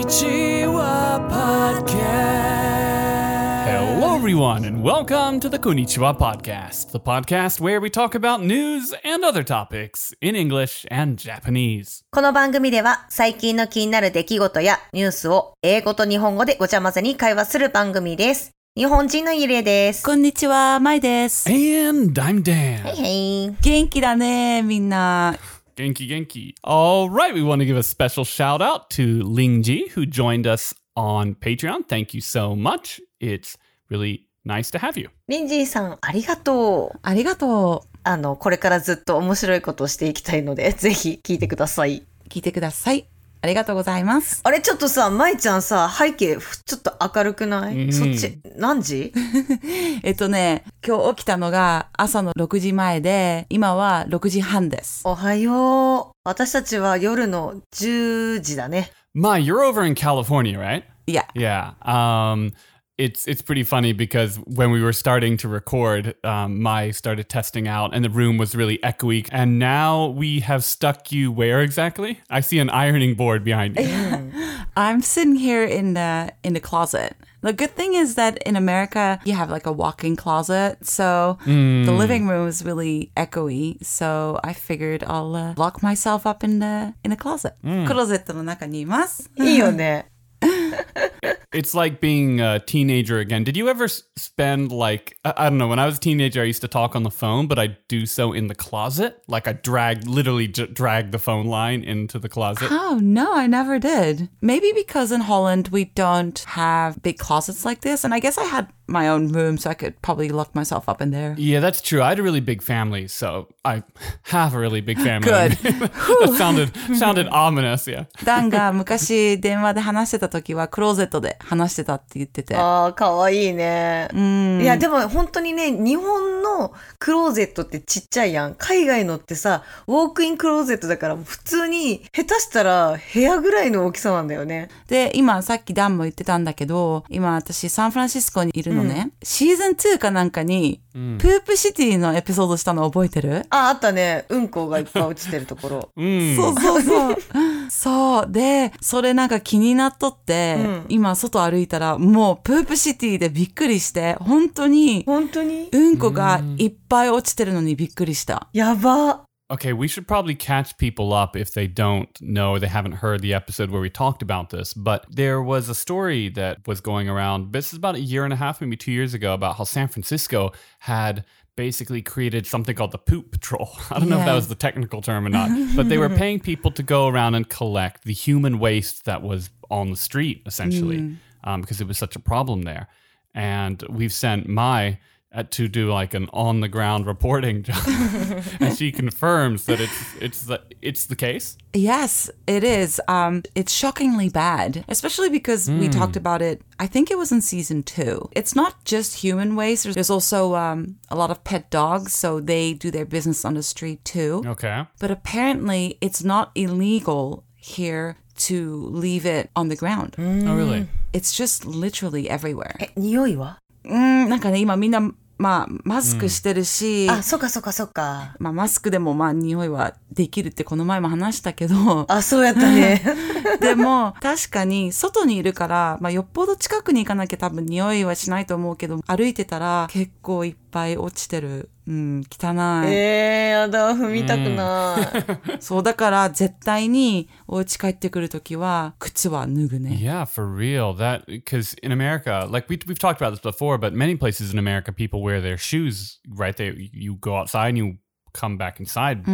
Kunichiwa Podcast. Hello, everyone, and welcome to the Konnichiwa Podcast, the podcast where we talk about news and other topics in English and Japanese. この番組では最近の気になる出来事やニュースを英語と日本語でごちゃ混ぜに会話する番組です。日本人のゆりえです。こんにちは、まいです。 And I'm Dan. はいはい。元気だね、みんな。 Genki Genki. All right, we want to give a special shout out to Ling Ji, who joined us on Patreon. Thank you so much. It's really nice to have you. リンジーさん、ありがとう。ありがとあの、これからずっと面白いことをしていきたいので、 ぜひ聞いてください。う。聞いてください。ありがとうございます。あれ、ちょっとさ、まいちゃんさ、背景、ふちょっと明るくない、うんそっち、何時えっとね、今日起きたのが朝の6時前で、今は6時半です。おはよう。私たちは夜の10時だね。 Mai, you're over in California, right? いや、 Yeah. Um, it's it's pretty funny because when we were starting to record, um, Mai started testing out, and the room was really echoey. And now we have stuck you where exactly? I see an ironing board behind you. I'm sitting here in the, in the closet. The good thing is that in America, you have like a walk-in closet. So the living room is really echoey. So I figured I'll、uh, lock myself up in the, in the closet. クローゼットの中にいます。いいよね。 it's like being a teenager again. Did you ever s- spend like I-, I don't know? When I was a teenager, I used to talk on the phone, but I do so in the closet. Like I dragged, literally j- dragged the phone line into the closet. Oh, no, I never did. Maybe because in Holland we don't have big closets like this. And I guess I had my own room, so I could probably lock myself up in there. Yeah, that's true. I had a really big family, so I have a really big family. Good. that sounded sounded ominous. Yeah. ダンが昔電話で話してた時はクローゼットで話してたって言ってて。ああ、かわいいね。いや、でも本当にね、日本のクローゼットってちっちゃいやん。海外のってさ、ウォークインクローゼットだから、普通に下手したら部屋ぐらいの大きさなんだよね。で、今さっきダンも言ってたんだけど、今私サンフランシスコにいるのね。シーズン2かなんかに、プープシティのエピソードしたの覚えてるあ、あったね。うんこがいっぱい落ちてるとこ ろ。そうそうそう。 そう。で、それなんか気になっとって、今外歩いたら、もうプープシティでびっくりして、本当に、本当にうんこがいっぱい落ちてるのにびっくりした。やば。 Okay, we should probably catch people up if they don't know or they haven't heard the episode where we talked about this. But there was a story that was going around, this is about a year and a half, maybe two years ago, about how San Francisco had basically created something called the poop patrol. I don't know if that Yeah. was the technical term or not, but they were paying people to go around and collect the human waste that was on the street, essentially, um, because it was such a problem there. And we've sent my uh, to do like an on the ground reporting job, and she confirms that it's it's the it's the case. Yes, it is. Um, it's shockingly bad, especially because we talked about it. I think it was in season two. It's not just human waste. There's- There's also um, a lot of pet dogs, so they do their business on the street too. Okay. But apparently, it's not illegal here to leave it on the ground. Oh, really? It's just literally everywhere. え、匂いはうん、なんかね、今みんな、まあ、マスクしてるし、あ、そっかそっかそっか。まあ、マスクでも、まあ、匂いはできるってこの前も話したけど、あ、そうやった ね。 でも、確かに、外にいるから、まあ、よっぽど近くに行かなきゃ多分匂いはしないと思うけど、歩いてたら結構いっぱい落ちてる。うん、汚い。えー、やだ、踏みたくない。そう、だから、絶対に、お家帰ってくるときは、靴は脱ぐね。 Yeah, for real. That because in America, like we we've talked about this before, but many places in America, people wear their shoes. Right, they you go outside and you come back inside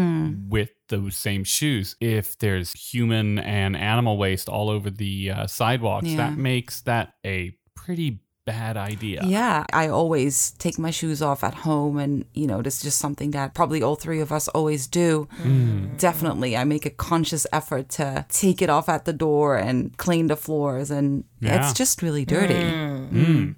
with those same shoes. If there's human and animal waste all over the uh, sidewalks, Yeah. that makes that a pretty bad idea. Yeah, I always take my shoes off at home, and you know, this is just something that probably all three of us always do. Mm. Definitely, I make a conscious effort to take it off at the door and clean the floors, and Yeah. it's just really dirty. Mm.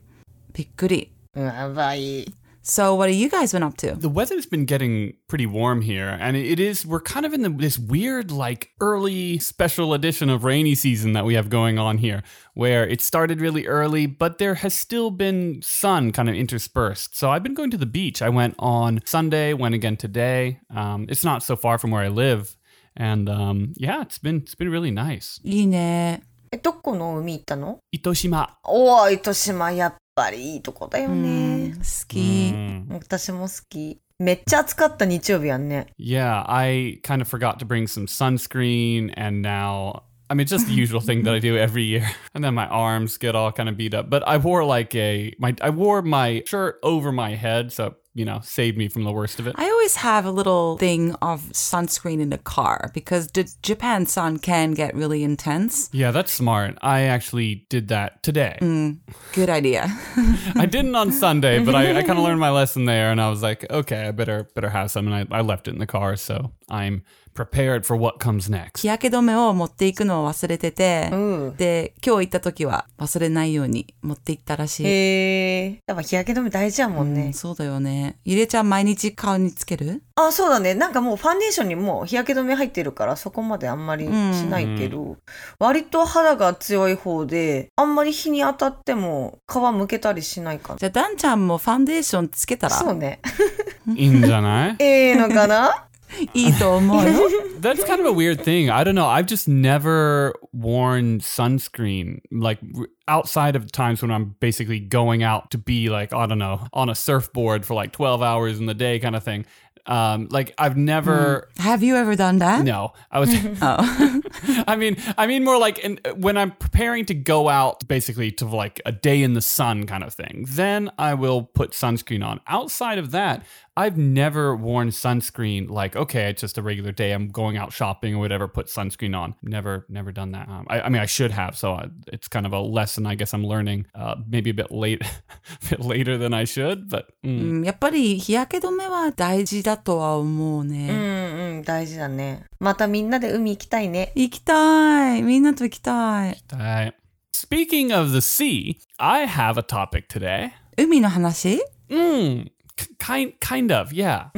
Big goody. やばい。 So, what have you guys been up to? The weather's been getting pretty warm here, and it is. We're kind of in the, this weird, like, early special edition of rainy season that we have going on here, where it started really early, but there has still been sun kind of interspersed. So I've been going to the beach. I went on Sunday, went again today. Um, it's not so far from where I live, and um, yeah, it's been it's been really nice. いいね。え、どこの海行ったの糸島。おお、糸島、やっぱりいいとこだよね。 Mm, ski. うん私も好き。めっちゃ暑かった日曜日やんね。 Yeah, I kind of forgot to bring some sunscreen, and now I mean, it's just the usual thing that I do every year. And then my arms get all kind of beat up. But I wore like a my I wore my shirt over my head, so you know, saved me from the worst of it. I always have a little thing of sunscreen in the car because the Japan sun can get really intense. Yeah, that's smart. I actually did that today. Good idea. I didn't on Sunday, but I, I kind of learned my lesson there, and I was like, okay, I better better have some, and I, I left it in the car, so I'm prepared for what comes next. 日焼け止めを持っていくのを忘れてて、うん。で、今日行った時は忘れないように持って行ったらしい。へえ。やっぱ日焼け止め大事やもんうんね。そうだよね。ゆれちゃん毎日顔につけるあ、そうだね。なんかもうファンデーションにもう日焼け止め入ってるからそこまであんまりしないけど、割と肌が強い方で、あんまり日に当たっても皮むけたりしないかじゃあ、ダンちゃんもファンデーションつけたな。そうら ね。 Injanai. ええのかな いいと思うよ。 That's kind of a weird thing. I don't know. I've just never worn sunscreen like r- outside of times when I'm basically going out to be like I don't know on a surfboard for like 12 hours in the day kind of thing. Um, like I've never. Have you ever done that? No, I was. Oh. I mean, I mean more like in, when I'm preparing to go out, basically to like a day in the sun kind of thing. Then I will put sunscreen on. Outside of that, I've never worn sunscreen. Like, okay, it's just a regular day. I'm going out shopping or whatever. Put sunscreen on. Never, never done that. Um, I, I mean, I should have. So I, it's kind of a lesson I guess I'm learning. Uh, maybe a bit late, a bit later than I should. But mm. うんやっぱり日焼け止めは大事だとは思ううんね。うん、大事だね。またみんなで海行きたいね。行きたい。みんなと行きたい。 Uh, speaking of the sea, I have a topic today. 海の話 Mm, k- kind kind of, yeah.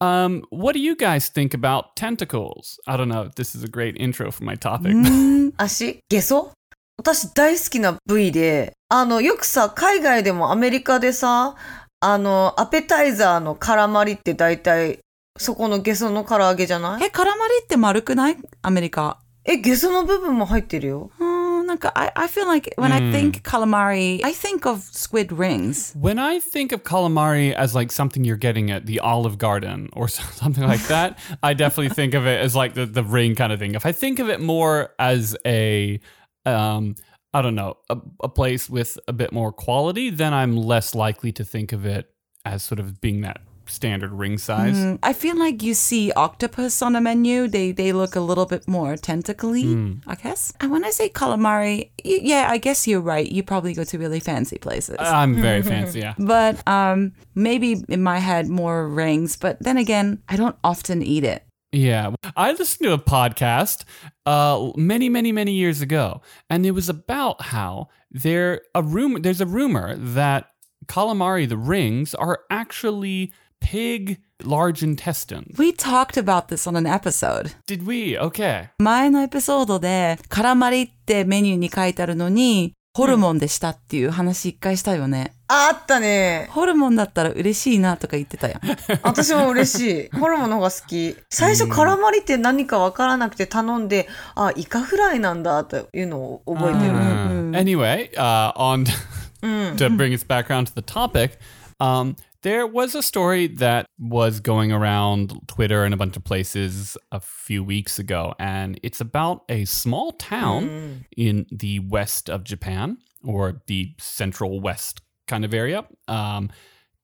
Um, what do you guys think about tentacles? I don't know if this is a great intro for my topic. うーん足ゲソ私大好きな部位で、あの、よくさ、海外でもアメリカでさ、あの、アペタイザーのカラマリって大体、そこのゲソの唐揚げじゃないえ、カラマリって丸くないアメリカ。え、ゲソの部分も入ってるよ。うー Oh, んなんか、I, I feel like when I うん think calamari, I think of squid rings. When I think of calamari as like something you're getting at the Olive Garden or so- something like that, I definitely think of it as like the, the ring kind of thing. If I think of it more as a, um, I don't know, a, a place with a bit more quality, then I'm less likely to think of it as sort of being that standard ring size. Mm, I feel like you see octopus on a menu. They they look a little bit more tentacly, I guess. And when I say calamari, y- yeah, I guess you're right. You probably go to really fancy places. I'm very fancy, yeah. but um, maybe in my head more rings. But then again, I don't often eat it. Yeah. I listened to a podcast uh, many, many, many years ago, and it was about how there a rumor there's a rumor that calamari, the rings, are actually pig large intestines. We talked about this on an episode. Did we? Okay. 前のエピソードで、カラマリってメニューに書いてあるのに、ホルモンでしたっていう話一回したよね。あ、あったね。ホルモンだったら嬉しいなとか言ってたやん。私も嬉しい。 ホルモンの方が好き。最初、カラマリって何かわからなくて頼んで、あ、イカフライなんだというのを覚えてる。 Uh, anyway, uh, on to bring us back around to the topic, um, there was a story that was going around Twitter and a bunch of places a few weeks ago, and it's about a small town in the west of Japan or the central west kind of area um,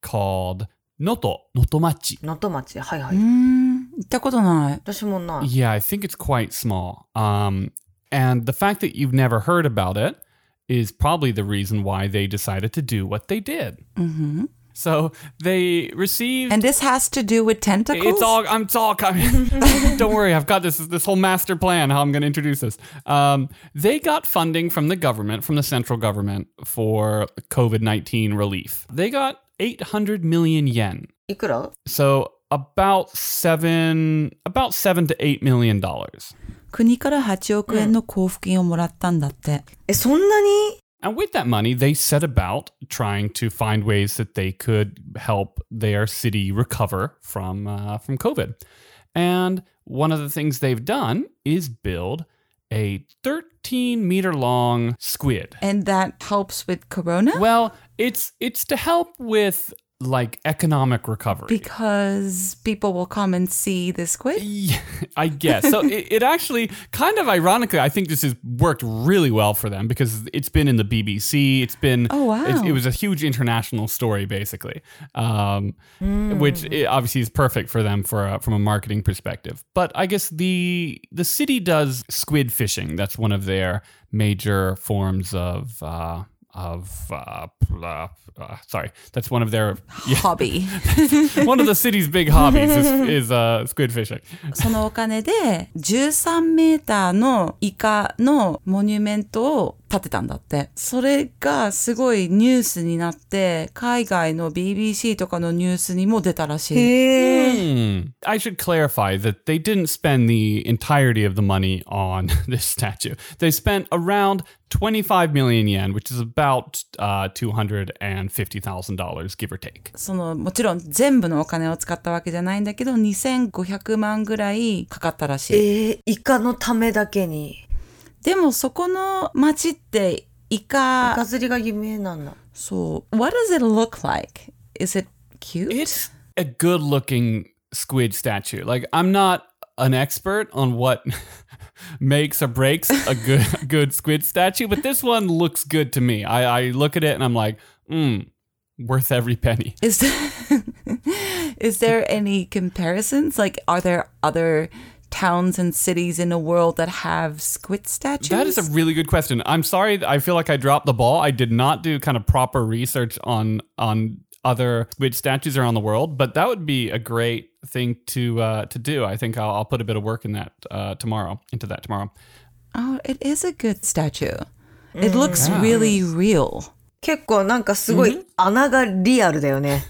called Noto Notomachi. 能登町。はいはうい。ーん、行ったことない。私もない。 Yeah, I think it's quite small. Um, and the fact that you've never heard about it is probably the reason why they decided to do what they did. Mhm. So they received. And this has to do with tentacles? it's all. I'm. It's all coming. Don't worry. I've got this. This whole master plan. How I'm going to introduce this. Um, they got funding from the government, from the central government, for COVID nineteen relief. They got 800 million yen. いくら So about seven, about seven to eight million dollars. 国から8億円の交付金をもらったんだって。え、そんなに And with that money, they set about trying to find ways that they could help their city recover from uh, from COVID. And one of the things they've done is build a 13 meter long squid. And that helps with corona? Well, it's it's to help with like economic recovery. because people will come and see the squid? Yeah, I guess. So it, it actually, kind of ironically, I think this has worked really well for them because it's been in the BBC. It's been, Oh, wow. It, it was a huge international story, basically, um, Hmm. which i obviously is perfect for them for a, from a marketing perspective. But I guess the the city does squid fishing. That's one of their major forms of. Uh, of uh, uh, uh, sorry, that's one of their yeah, Hobby. one of the city's big hobbies is, is uh, squid fishing. そのお金で13メーターのイカのモニュメントを建てたんだって。それがすごいニュースになって、海外の BBC とかのニュースにも出たらしい。へえ。 Hmm. I should clarify that they didn't spend the entirety of the money on this statue. They spent around 25 million yen, which is about uh, $250,000, give or take. そのもちろん全部のお金を使ったわけじゃないんだけど、2500万ぐらいかかったらしい。えー、イカのためだけに。でもそこの町ってイイカ、カ釣りが有名なんだ。そう。What does it look like? Is it cute? It's a good looking squid statue. Like, I'm not an expert on what. makes or breaks a good good squid statue but this one looks good to me i, I look at it and i'm like mm, worth every penny Is there, is there any comparisons? Like, are there other towns and cities in the world that have squid statues? That is a really good question. I'm sorry. that I feel like I dropped the ball. I did not do kind of proper research on on other squid statues around the world, but that would be a great thing to uh, to do. I think I'll, I'll put a bit of work in that uh, tomorrow into that tomorrow. oh, it is a good statue. It looks really real. 結構なんかすごい穴がリアルだよね。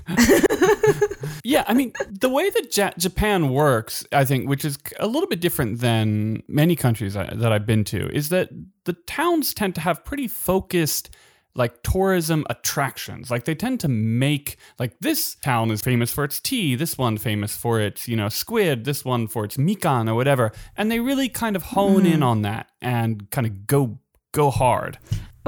Yeah, I mean the way that ja- Japan works, I think, which is a little bit different than many countries I, that I've been to, is that the towns tend to have pretty focused like tourism attractions. Like they tend to make like this town is famous for its tea, this one famous for its, you know, squid, this one for its mikan or whatever. And they really kind of hone in on that and kind of go go hard.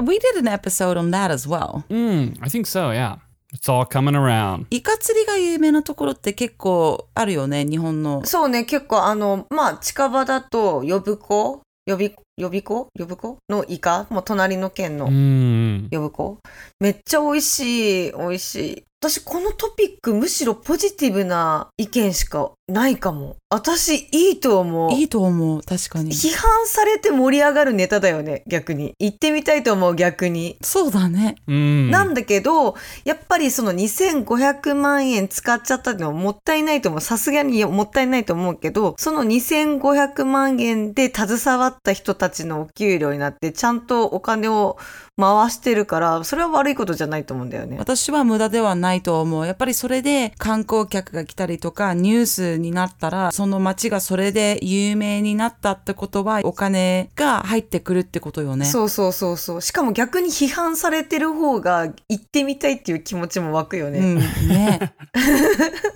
We did an episode on that as well. Mm, I think so, yeah. It's all coming around. イカ釣りが有名なところって結構あるよね、日本 の。そうね、結構あの、まあ、近場だと、呼子、呼び、呼び子呼ぶ子のイカもう隣の県の Mm. 呼子。めっちゃ美味しい、美味しい。私、このトピック、むしろポジティブな意見しかないかも。私、いいと思う。いいと思う、確かに。批判されて盛り上がるネタだよね、逆に。行ってみたいと思う、逆に。そうだね。 Mm. なんだけど、やっぱりその2500万円使っちゃったのはもったいないと思う。さすがにもったいないと思うけど、その2500万円で携わった人たちのお給料になって、ちゃんとお金を回してるから、それは悪いことじゃないと思うんだよね。私は無駄ではないと思う。やっぱりそれで観光客が来たりとかニュースになったら、その街がそれで有名になったってことはお金が入ってくるってことよね。そうそうそうそう。しかも逆に批判されてる方が行ってみたいっていう気持ちも湧くようね。ん、 ね。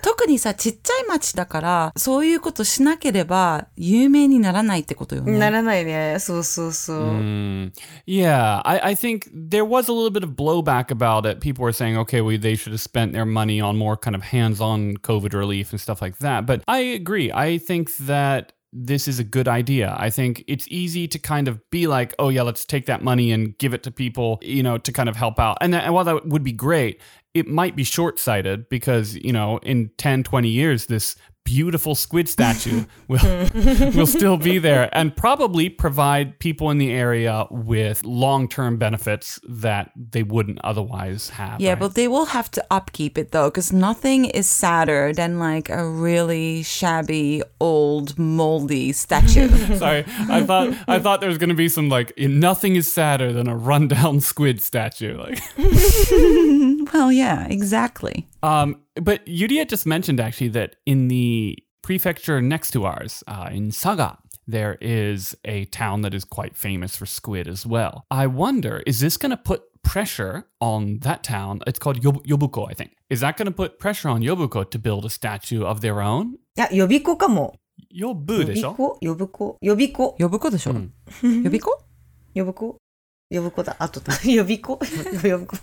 特にさ、ちっちゃい町だから、そういうことしなければ有名にならないってことよね。ならないね。そうそうそう。 Mm. Yeah, I, I think there was a little bit of blowback about it. People were saying, okay, well, they should have spent their money on more kind of hands on COVID relief and stuff like that. But I agree. I think that this is a good idea. I think it's easy to kind of be like, oh, yeah, let's take that money and give it to people, you know, to kind of help out. And, that, and while that would be great, it might be short sighted because, you know, in 10, 20 years, this beautiful squid statue will will still be there and probably provide people in the area with long-term benefits that they wouldn't otherwise have. Yeah, right? but they will have to upkeep it though, because nothing is sadder than like a really shabby, old, moldy statue. sorry, I thought I thought there was going to be some like nothing is sadder than a rundown squid statue. Like, well, yeah, exactly. um, but Yudia just mentioned actually that in the prefecture next to ours, uh, in Saga. There is a town that is quite famous for squid as well. I wonder, is this going to put pressure on that town? It's called Yob- Yobuko, I think. Is that going to put pressure on Yobuko to build a statue of their own? いや、予備校かも。呼ぶでしょ呼ぶ子呼び子呼ぶ子でしょ、うん 呼び子呼ぶ子呼ぶ子だ。あと だ。呼び子呼ぶ子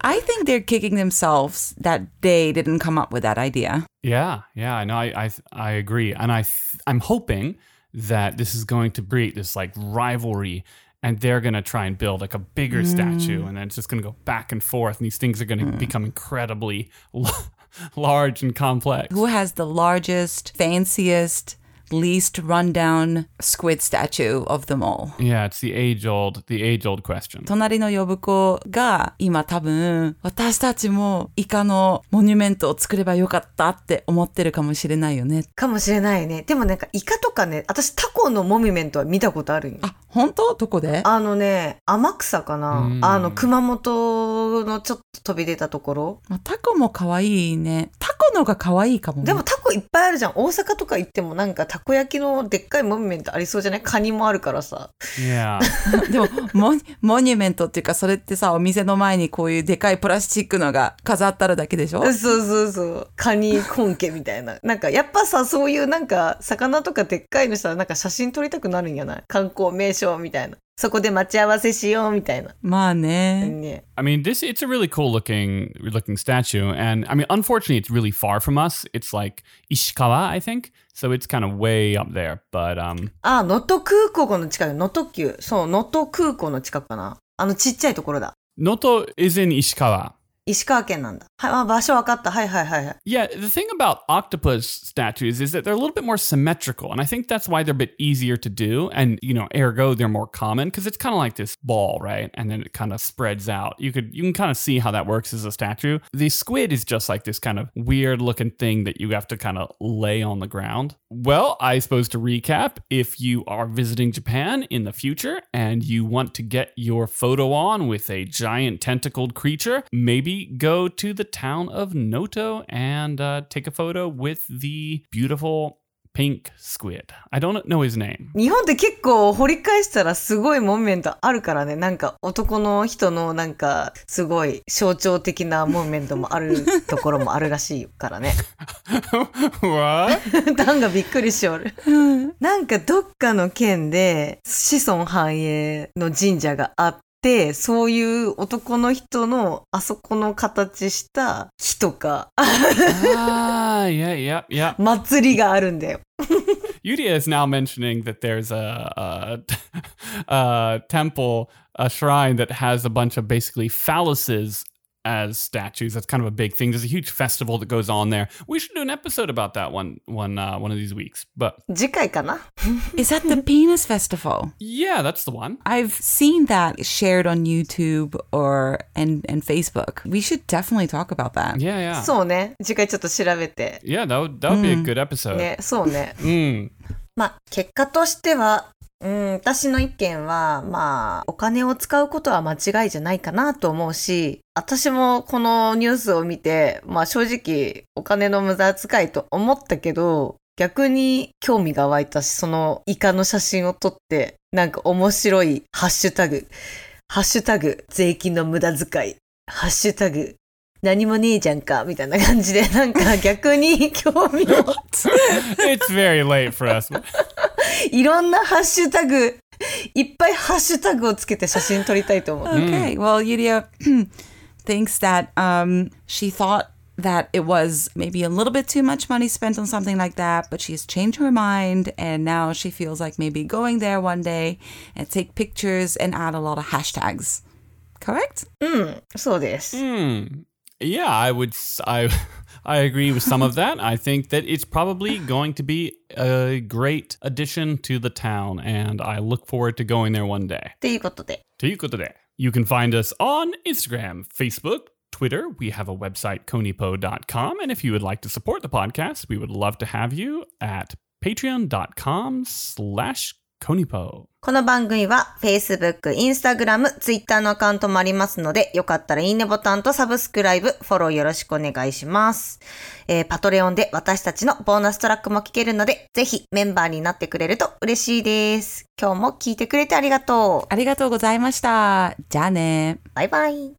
I think they're kicking themselves that they didn't come up with that idea. Yeah, yeah, no, I I I agree, and I th- I'm hoping that this is going to breed this like rivalry, and they're gonna try and build like a bigger statue, and then it's just gonna go back and forth, and these things are gonna become incredibly l- large and complex. Who has the largest, fanciest, least rundown squid statue of them all? Yeah, it's the age old the age old question. 隣の呼ぶ子が今多分私たちもイカのモニュメントを作ればよかったって思ってるかもしれないよね。かもしれないね。でもなんかイカとかね、私タコのモミュメントは見たことあるんよ。あ、本当どこであのね、天草かなうんあの、熊本のちょっと飛び出たところ。まあタコも可愛いね。タコのが可愛いかもね。でもタコいっぱいあるじゃん。大阪とか行ってもなんかたこ焼きのでっかいモミュメントありそうじゃないカニもあるからさ。 Yeah, でもモニ、モニュメントっていうか、それってさ、お店の前にこういうでかいプラスチックのが飾ったるだけでしょそうそうそう。カニコンケみたいな。なんかやっぱさ、そういうなんか魚とかでっかいのしたらなんか写真撮りたくなるんやない観光名所みたいな。そこで待ち合わせしようみたいな。まあね。ね。 I mean this it's a really cool looking looking statue, and I mean unfortunately it's really far from us. It's like Ishikawa, I think, so it's kind of way up there, but um. あ、能登空港の近く、能登急。そう、能登空港の近くかな。あのちっちゃいところだ。 Noto is in Ishikawa. 石川県なんだ。はい、あ、場所わかった。はいはいはいはい。 Yeah, the thing about octopus statues is that they're a little bit more symmetrical, and I think that's why they're a bit easier to do, and you know, ergo they're more common because it's kind of like this ball, right? And then it kind of spreads out. You could you can kind of see how that works as a statue. The squid is just like this kind of weird looking thing that you have to kind of lay on the ground. Well, I suppose to recap, if you are visiting Japan in the future and you want to get your photo on with a giant tentacled creature, maybe go to the town of Noto and uh, take a photo with the beautiful pink squid. I don't know his name. 日本って結構掘り返したらすごいモミュメントあるからね。なんか男の人のなんかすごい象徴的なモミュメントもあるところもあるらしいからね。 what? ダンがびっくりしおる。なんかどっかの県で子孫繁栄の神社があって、そういう男の人のあそこの形した木とか、 あ ah, yeah, yeah, yeah. 祭りがあるんだよ。 Yudia is now mentioning that there's a, a, a temple, a shrine that has a bunch of basically phalluses as statues. That's kind of a big thing. There's a huge festival that goes on there. We should do an episode about that one one uh, one of these weeks. But 次回かな Is that the penis festival? yeah, that's the one. I've seen that shared on YouTube or and and Facebook. We should definitely talk about that. Yeah, yeah, そうね。次回ちょっと調べて。 yeah. That would that would be a good episode. ね、そうね。 Mm. まあ、結果としては、うん、私の意見は、まあ、お金を使うことは間違いじゃないかなと思うし、私もこのニュースを見て、まあ正直、お金の無駄遣いと思ったけど、逆に興味が湧いたし、そのイカの写真を撮って、なんか面白いハッシュタグ、ハッシュタグ、税金の無駄遣い、ハッシュタグ、何もねえじゃんか、みたいな感じで、なんか逆に興味を it's very late for us. いろんなハッシュタグ、いっぱいハッシュタグをつけて写真撮りたいと思う。 Okay. Well, Yuria thinks that um, she thought that it was maybe a little bit too much money spent on something like that, but she's changed her mind and now she feels like maybe going there one day and take pictures and add a lot of hashtags. Correct? そうです。 Hmm. Yeah, I would. s- I I agree with some of that. I think that it's probably going to be a great addition to the town, and I look forward to going there one day. ということで。ということで, You can find us on Instagram, Facebook, Twitter. We have a website, konipo.com. And if you would like to support the podcast, we would love to have you at patreon.com slash konipo. この番組は Facebook、Instagram、Twitter のアカウントもありますので、よかったらいいねボタンとサブスクライブ、フォローよろしくお願いします。えーパトレオンで私たちのボーナストラックも聞けるので、ぜひメンバーになってくれると嬉しいです。今日も聞いてくれてありがと Arigatou gozaimashita. Jane. う。バイバイ。